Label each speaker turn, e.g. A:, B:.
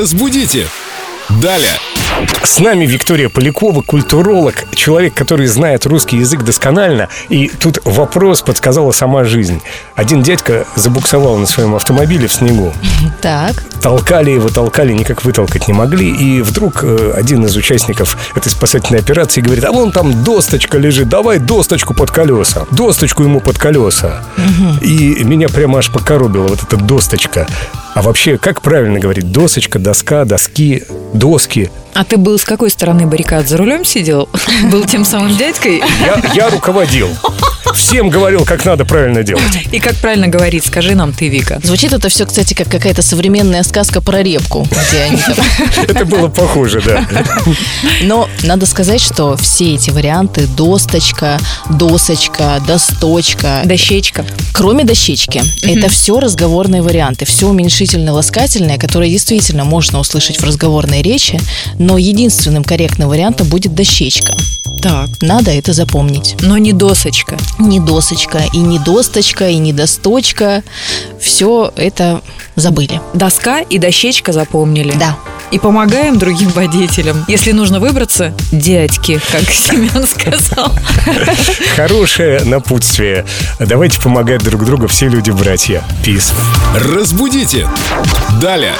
A: Разбудите! Далее!
B: С нами Виктория Полякова, культуролог, человек, который знает русский язык досконально. И тут вопрос подсказала сама жизнь. Один дядька забуксовал на своем автомобиле в снегу.
C: Так,
B: Толкали его, толкали, никак вытолкать не могли. И вдруг э, один из участников этой спасательной операции говорит, а вон там досточка лежит, давай досточку под колеса. Досточку ему под колеса. И меня прямо аж покоробило вот эта досточка. А вообще, как правильно говорить? Досочка, доска, доски, доски.
C: а ты был с какой стороны баррикад? За рулем сидел? Был тем самым дядькой?
B: Я, я руководил. Всем говорил, как надо правильно делать.
C: И как правильно говорить? Скажи нам ты, Вика.
D: Звучит это все, кстати, как какая-то современная сказка про репку, где они там.
B: Это было похоже, да.
D: Но надо сказать, что все эти варианты досточка, досочка, досточка,
C: Дощечка.
D: кроме дощечки, это все разговорные варианты, все уменьшительно-ласкательное, которые действительно можно услышать в разговорной речи, но единственным корректным вариантом будет дощечка.
C: Так.
D: Надо это запомнить.
C: Но не досочка.
D: Не досочка, и не досточка, и не досточка. Все это забыли.
C: Доска и дощечка запомнили.
D: Да.
C: И помогаем другим водителям. Если нужно выбраться, дядьки, как Семен сказал.
B: Хорошее напутствие. Давайте помогать друг другу все люди-братья. Peace.
A: Разбудите! Далее!